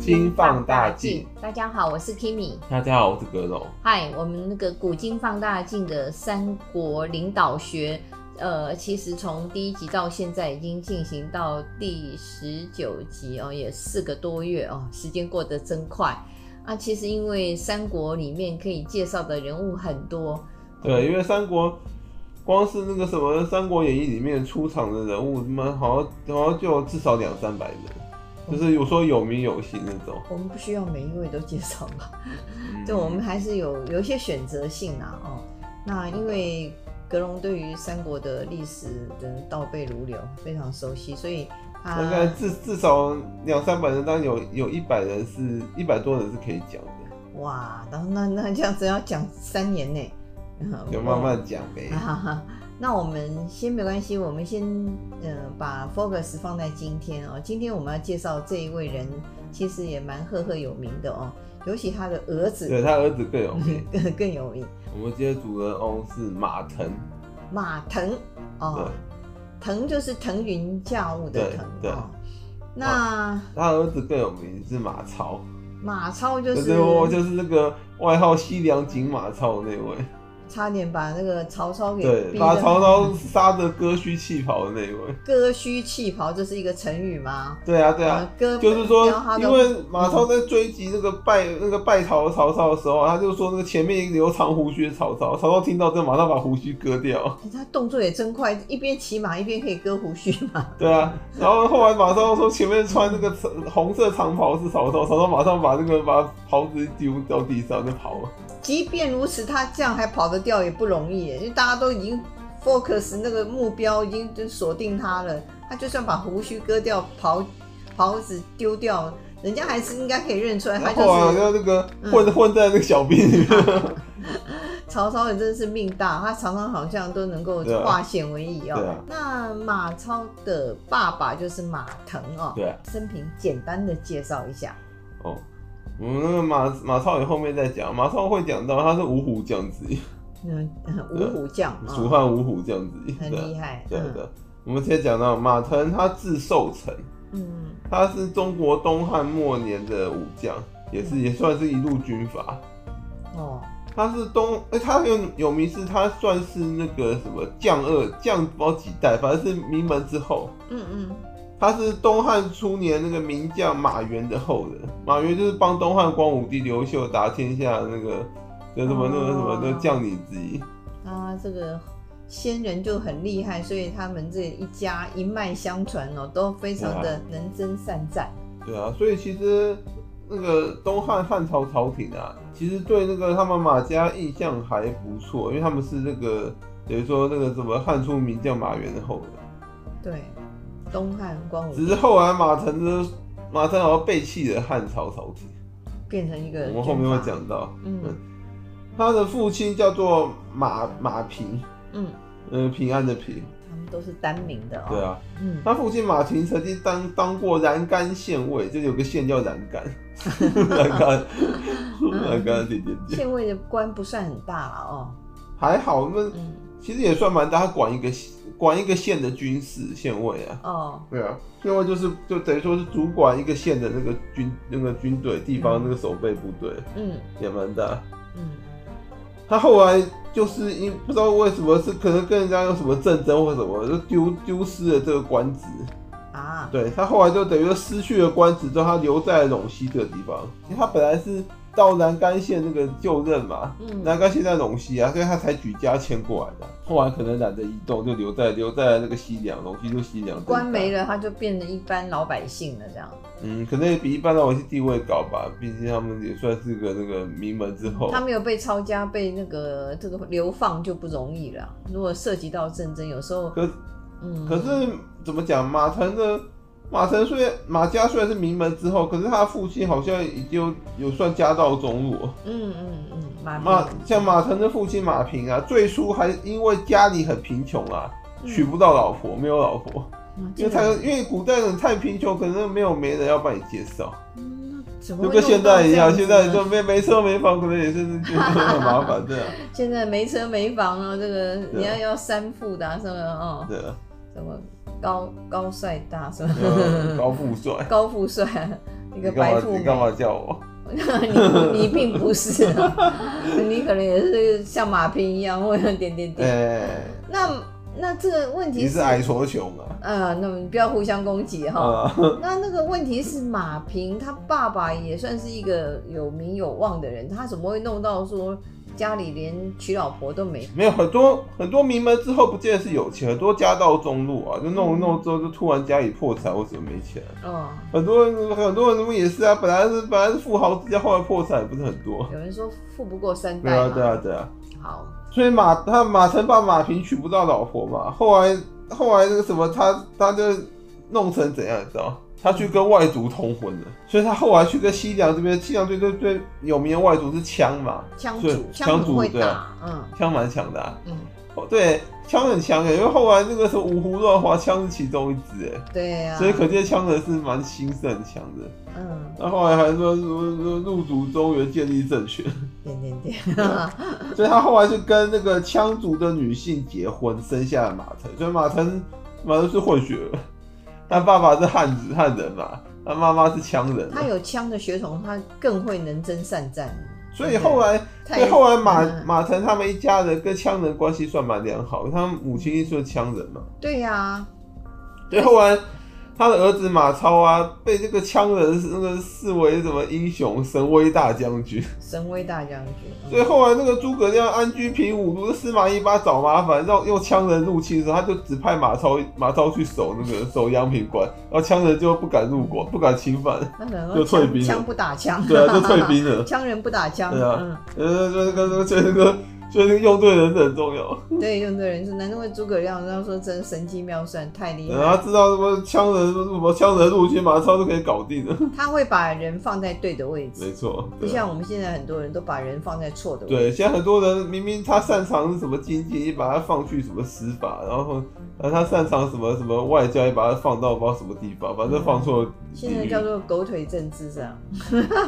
今放大镜。大家好，我是 Kimi。大家好，我是葛总。嗨，我们那个古今放大镜的三国领导学，呃，其实从第一集到现在已经进行到第十九集哦，也四个多月哦，时间过得真快啊。其实因为三国里面可以介绍的人物很多，对，因为三国光是那个什么《三国演义》里面出场的人物，他妈好像好像就有至少两三百人，就是有说有名有姓那种。我们不需要每一位都介绍吧？嗯对，我们还是有有一些选择性啊。哦，那因为格隆对于三国的历史的倒背如流非常熟悉，所以他大概至至少两三百人，当然有有一百人是一百多人是可以讲的，哇，然后那那这样子要讲三年呢，嗯就慢慢讲呗。哈哈，那我们先没关系，我们先呃把 focus 放在今天哦。今天我们要介绍这一位人，其实也蛮赫赫有名的哦，尤其他的儿对子他儿子更有 名。更 更有名，我们今天主人翁是马腾，马腾哦对，腾就是腾云驾雾的对腾对啊哦。那他儿子更有名是马超，马超就就是是我就是那个外号西凉锦马超的那位。差点把那个曹操给对，逼把得曹操杀的割须弃袍的那一位。 割须弃袍，这是一个成语吗？对啊，对啊，啊，割就是说然后他，因都为马超在追击那个败那个败逃的曹操的时候啊，他就说那个前面留长胡须的曹操，曹操听到这马上把胡须割掉。哎他动作也真快，一边骑马一边可以割胡须嘛。 对啊，然后后来马超说前面穿那个长红色长袍是曹操，曹操马上把那个把袍子丢到地上就跑了。即便如此，他这样还跑得掉也不容易耶，因为大家都已经 focus 那个目标已经就锁定他了。他就算把胡须割掉，袍袍子丢掉，人家还是应该可以认出来，他然后啊，就是就那个混、混在那个小兵里面。曹操也真是命大，他常常好像都能够对啊化险为夷对哦啊。那马超的爸爸就是马腾哦，对啊生平简单的介绍一下。哦，我们那个马马超也后面再讲，马超会讲到他是五虎将之一。嗯，五虎将，啊蜀汉五虎这样子，很厉害，呃对对嗯对。我们先讲到马腾，他字寿成，嗯，他是中国东汉末年的武将，也是也算是一路军阀。哦，他是东，哎、他有有名是，他算是那个什么将二将，不知道几代，反正是名门之后。嗯嗯，他是东汉初年那个名将马援的后人，马援就是帮东汉光武帝刘秀打天下的那个，就什么那个什么的将领之一。啊，这个先人就很厉害，所以他们这一家一脉相传哦，都非常的啊能征善战。对啊，所以其实那个东汉汉朝朝廷啊，其实对那个他们马家印象还不错，因为他们是那个等于说那个什么汉初名将马援的后人。对，东汉光武只是后来马腾的马腾好像背弃了汉朝朝廷，变成一个，我们后面会，讲到。嗯他的父亲叫做马马平，嗯，呃，平安的平。他们都是单名的哦。对，啊，嗯，他父亲马平曾经当当过燃干县尉，就有个县叫燃 干，燃干，燃干的点点点。县尉的官不算很大了哦，还好，那嗯，其实也算蛮大，他管一个管一个县的军事县尉啊。哦，对啊，县尉就是就等于说是主管一个县的那个军那个军队地方那个守备部队，嗯也蛮大。嗯，他后来就是因不知道为什么是可能跟人家有什么战争或什么，就丢丢失了这个官职。啊，对他后来就等于说失去了官职之后，他留在了陇西这个地方。其实他本来是到南干县那个就任嘛，嗯，南干现在陇西啊，所以他才举家迁过来的。后来可能懒得移动，就留在留在那个西凉，陇西就西凉。官没了，了，他就变成一般老百姓了，这样。嗯，可能也比一般的陇西地位高吧，毕竟他们也算是个那个名门之后他。没有被抄家，被那个这个流放就不容易了。如果涉及到战争，有时候，可嗯，可是怎么讲，马腾的马腾虽然马家虽然是名门之后，可是他父亲好像已经有有算家道中落。嗯嗯嗯，马马屁像马腾的父亲马平啊，最初还因为家里很贫穷啊，娶不到老婆，没有老婆。嗯因为他因为古代人太贫穷，可能没有媒人要帮你介绍，嗯怎么就会跟现在一样，现在弄就到没没车没房，可能也是觉得很麻烦， 对啊，这样子呢现在没车没房了，这对个啊你要要三富的啊什么哦，对啊，什么高高帅大什对啊么 高富帅，高富帅啊，一你个干白嘛富你美。干嘛叫我？ 你你并不是、啊，你可能也是像马兵一样，或者点点哎、点。那那这个问题你是矮矬穷啊！呃，那么你不要互相攻击哈。啊、那那个问题是，马平他爸爸也算是一个有名有望的人，他怎么会弄到说家里连娶老婆都没？没有很多很多名门之后不见得是有钱，很多家道中落啊，就弄一弄之后就突然家里破产或者没钱。哦，很多人很多人也是啊，本来是本来是富豪之家，后来破产也不是很多。有人说富不过三对代啊嘛。对啊对啊，好，所以马他马成把马平娶不到老婆嘛，后来后来那个什么他他就弄成怎样，你知道？他去跟外族通婚了，所以他后来去跟西凉这边，西凉最最最有名的外族是羌嘛，枪所以主羌枪族主会对打啊，嗯羌蛮强的、啊，嗯，哦对，羌很强的，因为后来那个什么五胡乱华，羌是其中一支哎，对呀、啊。所以可见羌人是蛮兴盛很强的。嗯，那后来还说入入入主中原，建立政权，点点 点，所以他后来是跟那个羌族的女性结婚，生下了马腾。所以马腾马腾是混血儿，他爸爸是汉子汉人嘛，他妈妈是羌人他啊。有枪的血统，他更会能征善战。所以后来，所太以后来马嗯马腾他们一家人跟羌人关系算蛮良好，他们母亲是羌人嘛。对呀、所以后来他的儿子马超啊，被这个羌人那个视为什么英雄神威大将军。神威大将军。嗯所以后来那个诸葛亮安居平武路，司马懿把他找麻烦，让用羌人入侵的时候，他就只派马超马超去守那个守阳平关，然后羌人就不敢入关，不敢侵犯，那可能就退兵了枪不打 枪，对啊，就退。兵了。 枪人不打枪，对啊呃，就那个就那个就那个用对人很重要，嗯，对，用对人是难怪诸葛亮他说真神机妙算，太厉嗯害然后了。他知道什么羌人什么羌人入侵，马超就可以搞定了。他会把人放在对的位 置，没错，不对啊像我们现在很多人都把人放在错的位置。对，现在很多人明明他擅长是什么经济，你把他放去什么司法，然后然后他擅长什么什么外交，你把他放到不知道什么地方，反正放错了地现在域叫做狗腿政治这样。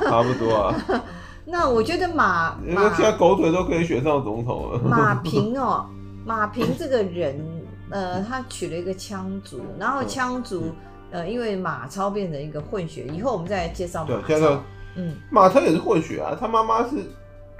差不多 啊。那我觉得马因为马现在狗腿都可以选上总统了。马平哦，马平这个人，呃，他娶了一个羌族，然后羌嗯族，呃，因为马超变成一个混血，以后我们再来介绍对马，现在超。嗯，马特也是混血啊，他妈妈是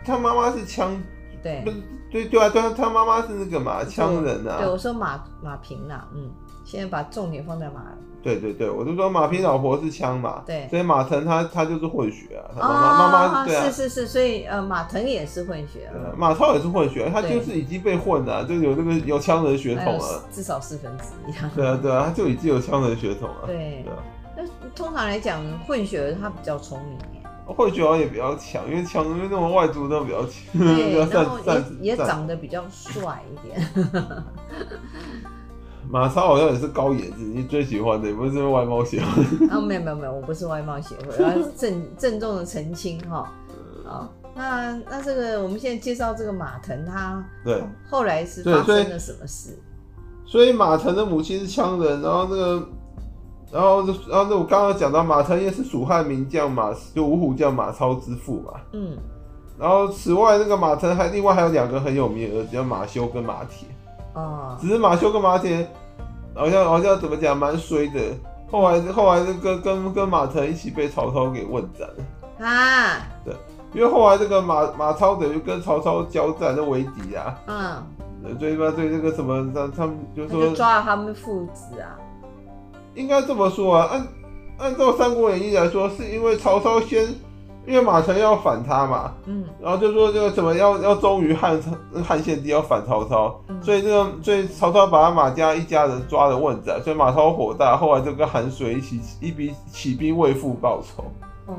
他妈妈是枪，对不，是对对啊，对啊，他妈妈是那个嘛枪人对，啊。我说马马平啦，嗯，现在把重点放在马，对对对，我就说马平老婆是枪嘛，对所以马腾他他就是混血啊，他妈妈妈妈对啊是。是是，所以呃，马腾也是混血啊，呃马超也是混血，他就是已经被混了、就有那个有枪人血还统有啊了。哎至少四分之一啊，对啊，对啊，他就已经有枪人血统了。 对对啊，那通常来讲，混血儿他比较聪明耶。混血好像也比较强，因为枪因为那种外族都比较强， 比较对，然善后善也也善长得比较帅一点，马超好像也是高颜值，你最喜欢的也不是因为外貌协会。 啊，没有没有没有，我不是外貌协会，我要郑郑重的澄清哈。嗯好，那那这个我们现在介绍这个马腾，他 对，后来是对发所以生了什么事？所以马腾的母亲是羌人，然后那个，然后就然后那我刚刚讲到马腾也是蜀汉名将马，就五虎将马超之父嘛。嗯，然后此外，那个马腾还另外还有两个很有名的儿子，叫马修跟马铁。哦，只是马修跟马铁好像好像怎么讲，蛮衰的。后来后来那个跟跟马腾一起被曹操给问斩了。啊，因为后来这个马马超等于跟曹操交战，就为敌啊，嗯，呃对吧？对那个什么，他他们就他说就抓了他们父子啊，应该这么说啊，按按照《三国演义》来说，是因为曹操先，因为马腾要反他嘛，嗯，然后就说这个怎么要要忠于汉汉献帝，要反曹操，嗯所以这个所以曹操把他马家一家人抓了问斩，所以马超火大，后来就跟韩遂一起一笔起兵为父报仇。哦，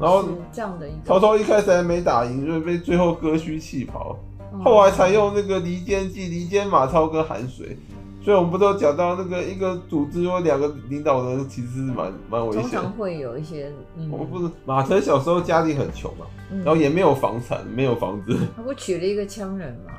然后是这样的一个，曹操一开始还没打赢，所以被最后割须弃袍。哦后来才用那个离间计，离间马超跟韩遂。所以我们不都讲到那个一个组织有两个领导人，其实是蛮蛮危通险的常。会有一些，嗯，我们不是马腾小时候家里很穷嘛，嗯然后也没有房产，没有房子，他不娶了一个羌人嘛，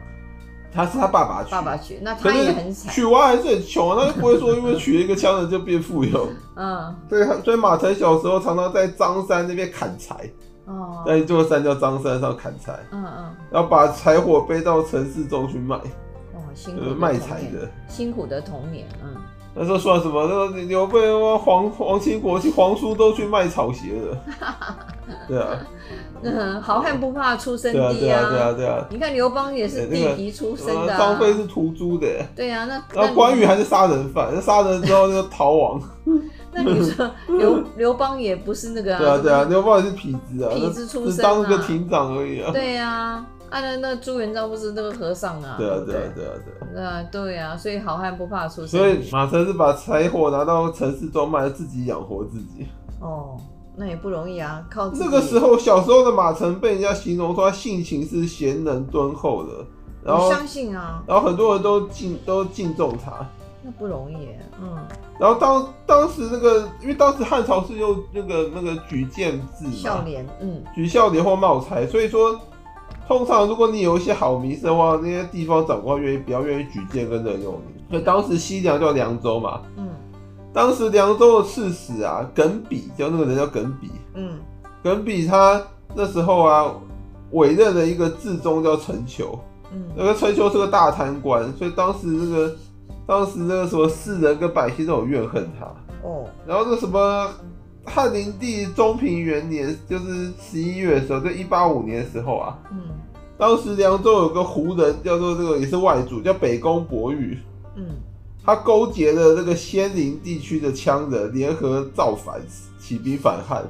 他是他爸爸娶，爸爸娶，那可他也很是惨，娶完还是很穷，他就不会说因为娶了一个羌人就变富 有。嗯，对，所以马腾小时候常常在张山那边砍柴，哦，在一座山叫张山上砍柴，嗯嗯，然后把柴火背到城市中去卖，哦哇，辛苦呃，的卖童柴年的。辛苦的童年，嗯，那时候算什么？那个刘备、黄黄兴国、皇叔都去卖草鞋 了。对啊，嗯，好汉不怕出身对啊，低对啊，对啊，对啊。你看刘邦也对是那地个皮出身呃的、啊，张飞是屠猪的，对啊，那然那后你关羽还是杀人犯，杀人之后就逃 亡。那 你说刘刘邦也不是那个对啊，对啊，对刘邦也是痞子啊，痞子出只身当个啊亭长而已啊。啊，对啊，啊那那朱元璋不是那个和尚啊，对啊，不对啊，对啊，对啊。对啊，对啊，所以好汉不怕出身所以低马成是把柴火拿到城市中卖，自己养活自己。哦，那也不容易啊，靠自己那个时候，小时候的马成被人家形容说他性情是贤能敦厚的，然后我相信啊，然后很多人都敬都敬重他。那不容易耶，嗯，然后当当时那个，因为当时汉朝是用那个那个举荐制孝嘛，廉，嗯，举孝廉或茂才，所以说通常如果你有一些好名声的话，那些地方长官愿意比较愿意举荐跟任用你。所以当时西凉叫凉州嘛，嗯当时凉州的刺史啊，耿比叫那个人叫耿比，嗯耿比他那时候啊委任了一个治中叫陈求，那嗯，个陈求是个大贪官，所以当时那个当时那个什么士人跟百姓都有怨恨他。哦，然后那什么汉灵帝中平元年，就是十一月的时候，就一八五年的时候啊，嗯当时凉州有个胡人叫做这个也是外族，叫北宫伯玉，嗯，他勾结了这个仙灵地区的羌人，联合造反，起兵反汉。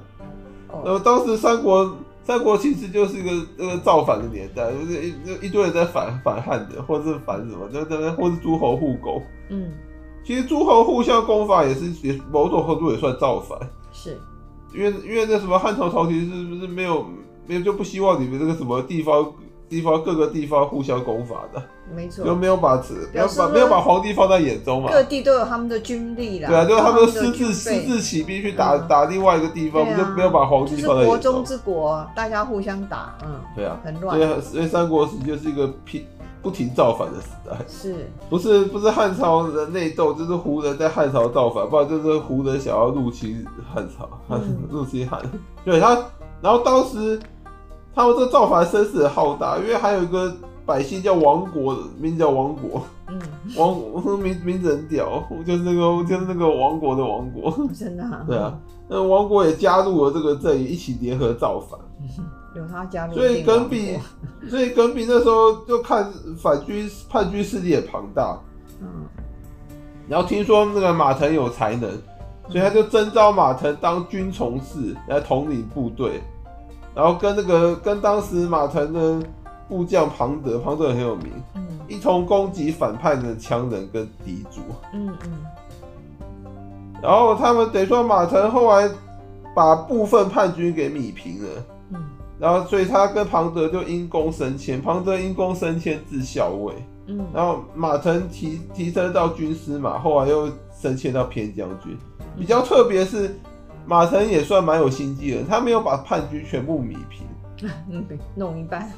那哦么当时三国三国其实就是一个那个造反的年代，就是一就一堆人在反反汉的，或者是反什么，就在那或是诸侯互攻。嗯其实诸侯互相攻伐也是也某种程度也算造反，是，因为因为那什么汉朝朝廷是不是没有没有就不希望你们这个什么地方地方各个地方互相攻伐的，没错，就没有把此没有表示把说没有把皇帝放在眼中嘛。各地都有他们的军力啦，对啊，就是他们有私的军自私费。自起兵去打、嗯打另外一个地方，对啊就没有把皇就帝是放在国眼中中。之国，大家互相打，嗯，对啊，很所以乱，所以三国时就是一个拼不停造反的时代，是，不是不是汉朝人内斗，就是胡人在汉朝造反，不然就是胡人想要入侵汉朝，嗯 入侵汉。对他，然后当时他们这造反声势很浩大，因为还有一个百姓叫亡国，名字叫亡 国，嗯，亡名名字很屌，就是那个就是那个亡国的亡国。真的、啊，对啊，那王国也加入了这个阵营，一起联合造反。有他加入所以另外一耿国，比，所以耿比那时候就看反军叛军势力也庞大，嗯，然后听说那个马腾有才能，所以他就征召马腾当军从事来统领部队，然后跟那个跟当时马腾的部将庞德，庞德也很有名，嗯一同攻击反叛的羌人跟敌族。嗯嗯，然后他们等于说马腾后来把部分叛军给米平了。嗯然后所以他跟庞德就因公升迁，庞德因公升迁至校尉，嗯然后马腾提提升到军司嘛，后来又升迁到偏将军。比较特别是，马腾也算蛮有心机的，他没有把叛军全部米 平，嗯，弄一半，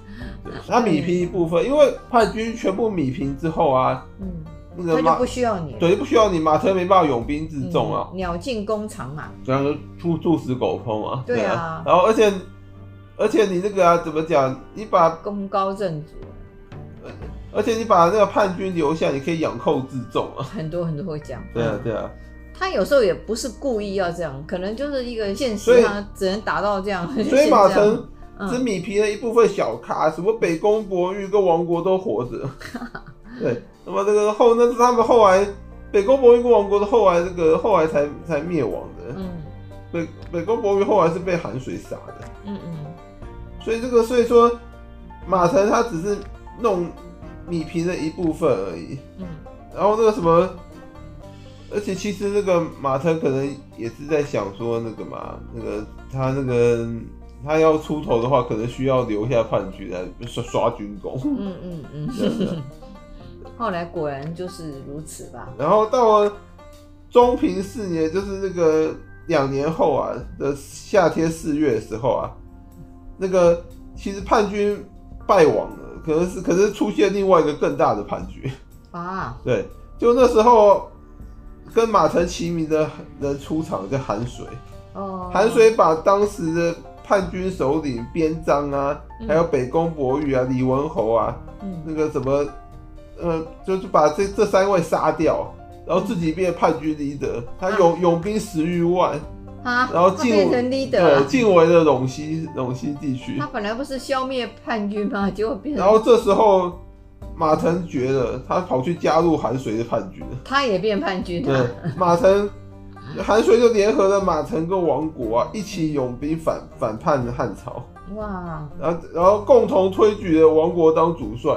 对他米平一部分，因为叛军全部米平之后啊，嗯，那他个就马不需要你了，对就不需要你马腾没办法拥兵自嗯，重啊，鸟尽弓啊藏嘛，然后就兔死狗烹啊，嗯对啊然后而且而且你那个啊怎么讲，你把功高震主，而且你把那个叛军留下，你可以养寇自重啊。很多很多会讲，对啊，嗯对啊，他有时候也不是故意要这样，可能就是一个现所实，以他只能打到这样，所以 马腾嗯只米皮了一部分小咖，什么北宫博玉跟王国都活 着。对，那么这个后那是他们后来北宫博玉跟王国的后来这个后来才才灭亡的。嗯北北宫博玉后来是被寒水杀的，嗯嗯，所以这个所以说马腾他只是弄米皮的一部分而已。嗯，然后那个什么，而且其实那个马腾可能也是在想说那个嘛，那个他那个他要出头的话，可能需要留下叛军来刷刷军功。 嗯嗯嗯对啊后来果然就是如此吧。然后到了中平四年，就是那个两年后啊的夏天四月的时候啊，那个其实叛军败亡了，可能是可是出现另外一个更大的叛军。啊，对，就那时候跟马腾齐名的人出场叫韩水，哦，韩水把当时的叛军首领边章啊，嗯还有北宫博玉啊、李文侯啊，嗯那个什么，呃，就是把这这三位杀掉，然后自己变叛军 leader，他勇勇兵十余万，啊，然后他进变成 leader，对，了进围了陇西陇西地区他。本来不是消灭叛军吗？结果变然后成这时候马腾觉得他跑去加入韩遂的叛军了。他也变叛军对了。，马腾，韩遂就联合了马腾跟王国啊，一起拥兵反反叛汉朝，哇，然后然后共同推举了王国当主帅，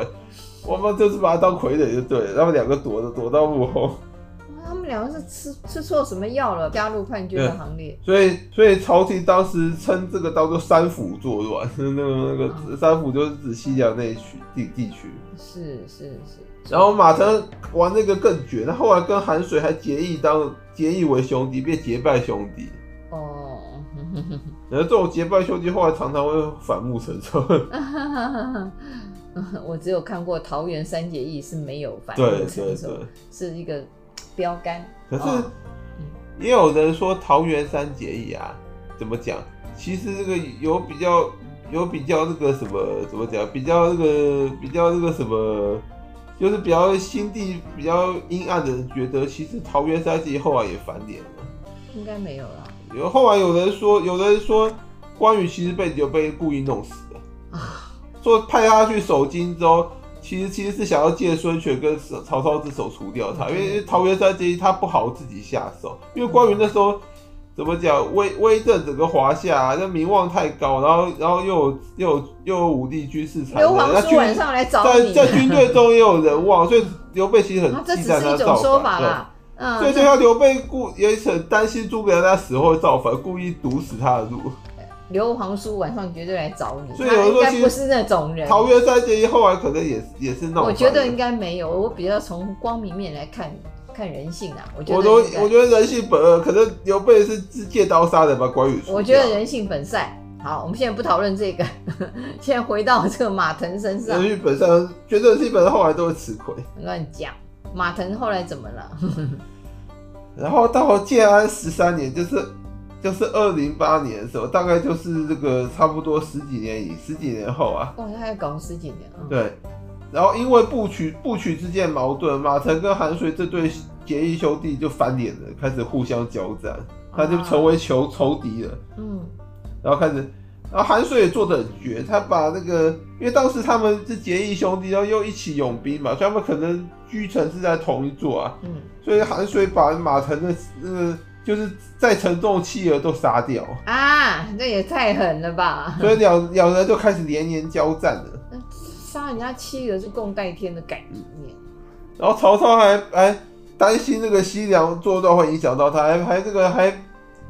我们就是把他当傀儡就对了，他们两个躲着躲到幕后，他们两个是吃吃错什么药了？加入叛军的行列。所以所以朝廷当时称这个当做三府作乱， 那个那个三府就是指西凉那一区地地区，是是是，然后马腾玩那个更绝，他后来跟韩遂还结义当结义为兄弟，变结拜兄弟。哦，然后这种结拜兄弟后来常常会反目成仇，我只有看过桃园三结义是没有反对目对成对仇，。是一个标杆。可是哦也有人说桃园三结义啊，怎么讲？其实这个有比较有比较那个什么怎么讲？比较那个比较那个什么，就是比较心地比较阴暗的人觉得，其实桃园三结义后来也反脸了。应该没有了。有后来有人说，有人说关羽其实被刘备故意弄死的，啊说派他去守荆州，其实其实是想要借孙权跟曹操之手除掉他，因为因为桃园三结义他不好自己下手，因为关羽那时候。怎么讲？威威震整个华夏、啊，那名望太高，然后然后又有又有又有武力军事才刘能，皇那叔军晚上来找在你，在军队中也有人望，所以刘备其实啊很这只忌惮是他一种造说法反。对啦。嗯，所以就像刘备故也很担心诸葛亮他死后会造反，故意堵死他的路。刘皇叔晚上绝对来找你，所以有他人应说该其实不是那种人。桃园三结义后来可能也是也是闹翻了。我觉得应该没有，我比较从光明面来看看人性啊。我觉得我都应该我觉得人性本恶，可能刘备是自借刀杀人把关羽除掉。我觉得人性本善。好，我们现在不讨论这个， 现在回到这个马腾身上人性本善，觉得人性本善后来都会吃亏。乱讲。马腾后来怎么了？ 然后到了建安十三年，就是就是二零八年的时候，大概就是这个差不多十几年以十几年后啊，哇，他还搞十几年啊！对，然后因为部曲部曲之间的矛盾，马腾跟韩遂这对结义兄弟就翻脸了，开始互相交战，啊他就成为仇仇敌了。嗯，然后开始，然后韩遂也做的很绝，他把那个，因为当时他们是结义兄弟，然后又一起拥兵嘛，所以他们可能居城是在同一座啊，嗯所以韩遂把马腾的那个就是再沉重弃儿都杀掉，啊，这也太狠了吧！所以两两人就开始连年交战了。杀人家妻儿是共戴天的概念。然后曹操还还担心那个西凉作乱会影响到他，还还这个还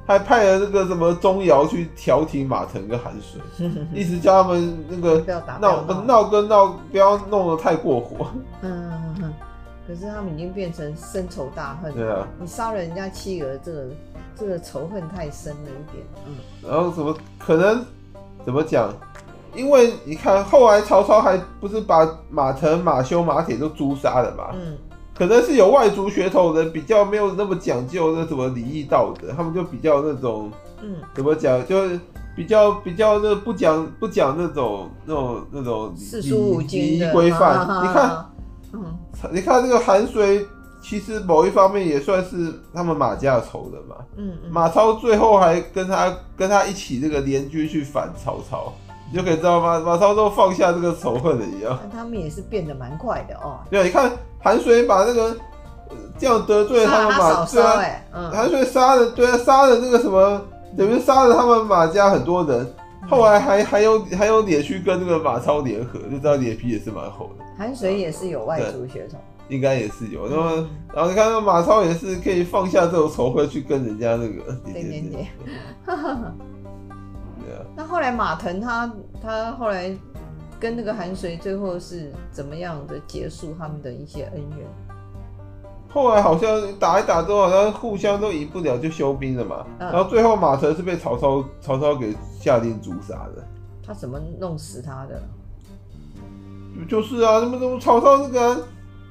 还派了那个什么钟繇去调停马腾跟韩遂，一直叫他们那个不要打闹 不要闹闹跟闹不要弄得太过火。嗯，嗯嗯可是他们已经变成深仇大恨对了。啊，你杀了人家妻儿，这个这个仇恨太深了一点。嗯，然后怎么可能怎么讲？因为你看后来曹操还不是把马腾、马修、马铁都诛杀了嘛？嗯，可能是有外族血统的人比较没有那么讲究那什么礼义道德，他们就比较那种。嗯，怎么讲，就是比较比较那不讲不讲那种那种那种四礼书五礼经仪的啊规范。哈哈你看哈嗯，你看这个韩遂，其实某一方面也算是他们马家的仇人嘛。嗯嗯，马超最后还跟他跟他一起这个联军去反曹操，你就可以知道马马超都放下这个仇恨了一样。那他们也是变得蛮快的哦，对，你看韩遂把那个、呃这样得罪他杀们他马，嫂对嫂啊，哎，嗯，韩遂杀了，对啊，杀了那个什么，等于杀了他们马家很多人，嗯后来还还有还有脸去跟那个马超联合，就知道脸皮也是蛮厚的，韩水也是有外族血统，应该也是有。那么嗯，然后你看那马超也是可以放下这种仇恨去跟人家那个对点对对。对啊，那后来马腾他他后来跟那个韩水最后是怎么样的结束他们的一些恩怨？后来好像打一打之后，好像互相都赢不了，就休兵了嘛。嗯然后最后马腾是被曹操曹操给下令诛杀的。他怎么弄死他的？就是啊，那么那么曹操那个啊、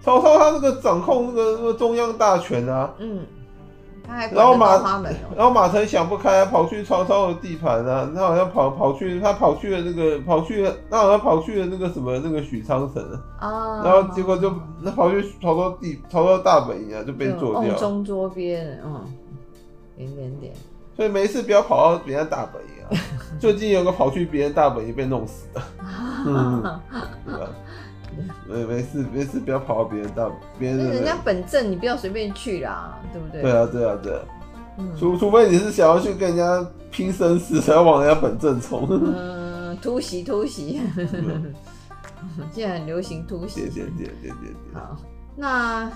曹操他那个掌控那个那个中央大权啊，嗯，他还然管后得马到花门 哦、然后马腾想不开、啊，跑去曹操的地盘啊，他好像跑跑去，他跑去了那个，跑去了，他好像跑去了那个什么那个许昌城，啊，然后结果就那跑去曹操地曹操大本营啊，就被就哦做掉瓮。中捉鳖，嗯，点点点，所以每一次不要跑到别人大本营啊。最近有个跑去别人大本营被弄 死的，嗯对吧？没没事没事，不要跑到别人大别人那哎人家的。本镇你不要随便去啦，对不对？对啊对啊对啊，嗯，除除非你是想要去跟人家拼生死，才要往人家本正冲。 嗯，突袭突袭，嗯 现在很流行突袭点。点点点点点。好，那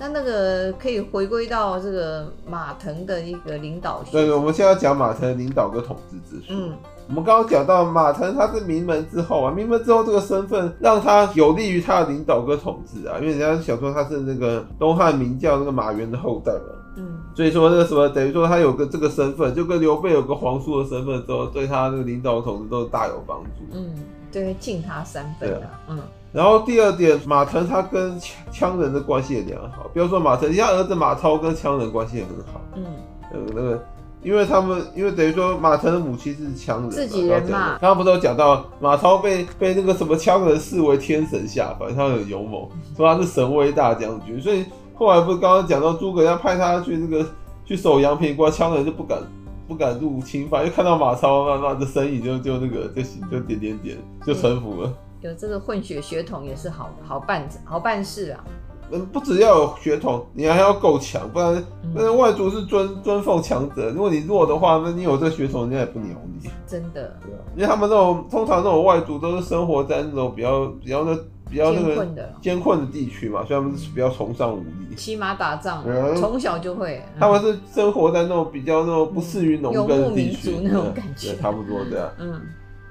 那那个可以回归到这个马腾的一个领导学，对对，我们现在要讲马腾领导跟统治之术。嗯，我们刚刚讲到马腾他是名门之后啊，名门之后这个身份让他有利于他的领导跟统治啊，因为人家想说他是那个东汉名将那个马援的后代嘛。嗯所以说那个什么，等于说他有个这个身份，就跟刘备有个皇叔的身份之后，对他那个领导统治都大有帮助。嗯，对，敬他三分啊，嗯然后第二点，马腾他跟羌羌人的关系也良好，不要说马腾，他儿子马超跟羌人关系也很好。嗯，呃，那个，因为他们，因为等于说马腾的母亲是羌人，自己人嘛刚刚不是有讲到马超被被那个什么羌人视为天神下凡，他很勇猛，说他是神威大将军，所以后来不是刚刚讲到诸葛亮派他去那个去守阳平关，羌人就不敢不敢入侵犯，因为看到马超慢慢的身影就就那个就就点点点就臣服了。有这个混血血统也是好好办好办事啊，嗯，不只要有血统，你还要够强，不然那嗯，外族是尊尊奉强者，如果你弱的话，那你有这血统，人家也不鸟你。真的对啊，因为他们那种通常那种外族都是生活在那种比较比较那比较那艰个困的，艰困的地区嘛，所以他们是比较崇尚武力。骑马打仗嗯，从小就会，嗯他们是生活在那种比较那种不适于农耕的地区，游牧民族那种感觉对对差不多对啊，嗯，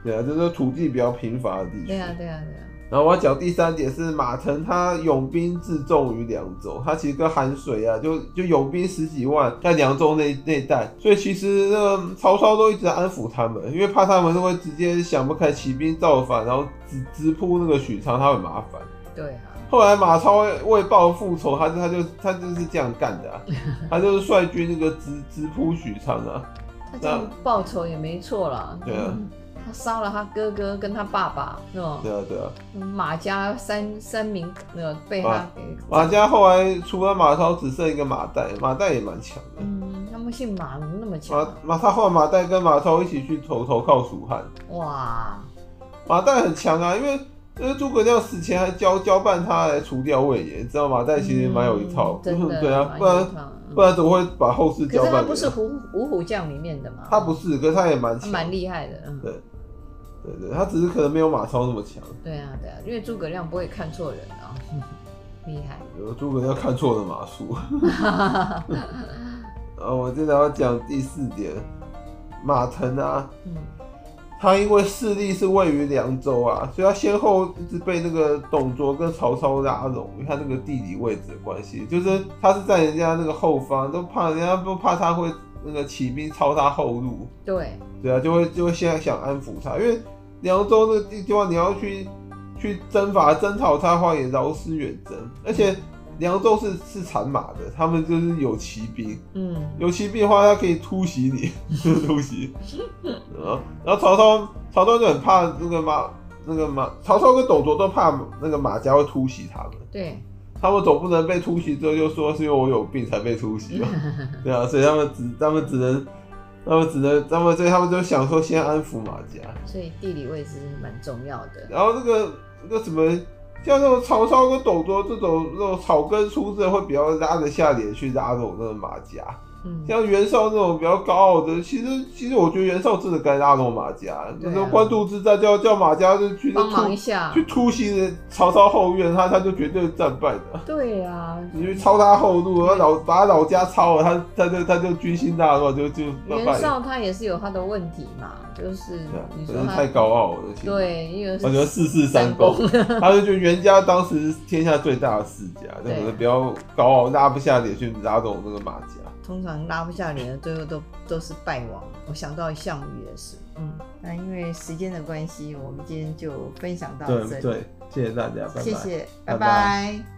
对啊，就是土地比较贫乏的地区。对啊对啊对啊，然后我要讲第三点是马腾，他拥兵自重于凉州，他其实跟韩遂啊，就就拥兵十几万在凉州那那一带，所以其实那个曹操都一直在安抚他们，因为怕他们会直接想不开起兵造反，然后直直扑那个许昌，他很麻烦。对啊，后来马超为为报复仇，他就他就他就是这样干的、啊， 他就是率军那个直直扑许昌啊，他这样报仇也没错啦，对啊嗯。他杀了他哥哥跟他爸爸，是吧？对啊对啊。马家三三名呃被他啊给，马家后来除了马超，只剩一个马岱，马岱也蛮强的。嗯，他们姓马怎么那么强马啊？马他换马岱跟马超一起去投投靠蜀汉，哇，马岱很强啊，因为因为诸葛亮死前还交交办他来除掉魏延，知道马岱其实蛮有一套嗯，真的，对啊，蛮不有一然套嗯不然怎么会把后世可交是他办不给是他？虎五虎将里面的嘛？他不，是，可是他也蛮他强，蛮厉害的，嗯，对对对，他只是可能没有马超那么强，对啊，对啊，因为诸葛亮不会看错人啊， 厉害，有诸葛亮看错了马 术。呃，我接着要讲第四点，马腾啊，嗯他因为势力是位于凉州啊，所以他先后一直被那个董卓跟曹操拉拢，因为他那个地理位置的关系，就是他是在人家那个后方，都怕人家都怕他会那个起兵抄他后路，对，对啊，就会就会现在想安抚他，因为凉州那个地方你要去去征伐征讨他的话，也劳师远征，而且凉州是是产马的，他们就是有骑兵，嗯，有骑兵的话，他可以突袭你， 突袭。啊，然后曹操，曹操就很怕那个马，那个马，曹操跟董卓都怕那个马家会突袭他们，对，他们总不能被突袭之后就说是因为我有病才被突袭吧？对啊，所以他们只，他们只能，他们只能，他们所以他们就想说先安抚马家，所以地理位置是蛮重要的，然后那个那个什么。像那种曹操跟董卓这种那种草根出身，会比较拉得下脸去拉拢那个马家。嗯，像袁绍那种比较高傲的，其实其实我觉得袁绍真的该拉拢马家，那对啊种官渡之战叫叫马家就去那帮忙一突下，去突袭人曹操后院，他他就绝对战败的。对啊，你去抄他后路，然后老把他老家抄了，他他就他就军心大乱，就就袁败了。绍他也是有他的问题嘛，就是对啊你可说能他太高傲了，对，因为我觉得四世三公，他就觉得袁家当时是天下最大的世家，那对可能比较高傲，拉不下脸去拉拢那个马家。通常拉不下脸的，最后都都是败亡。我想到项羽也是，嗯。那因为时间的关系，我们今天就分享到这对里，对，谢谢大家，拜拜。谢谢，拜拜拜拜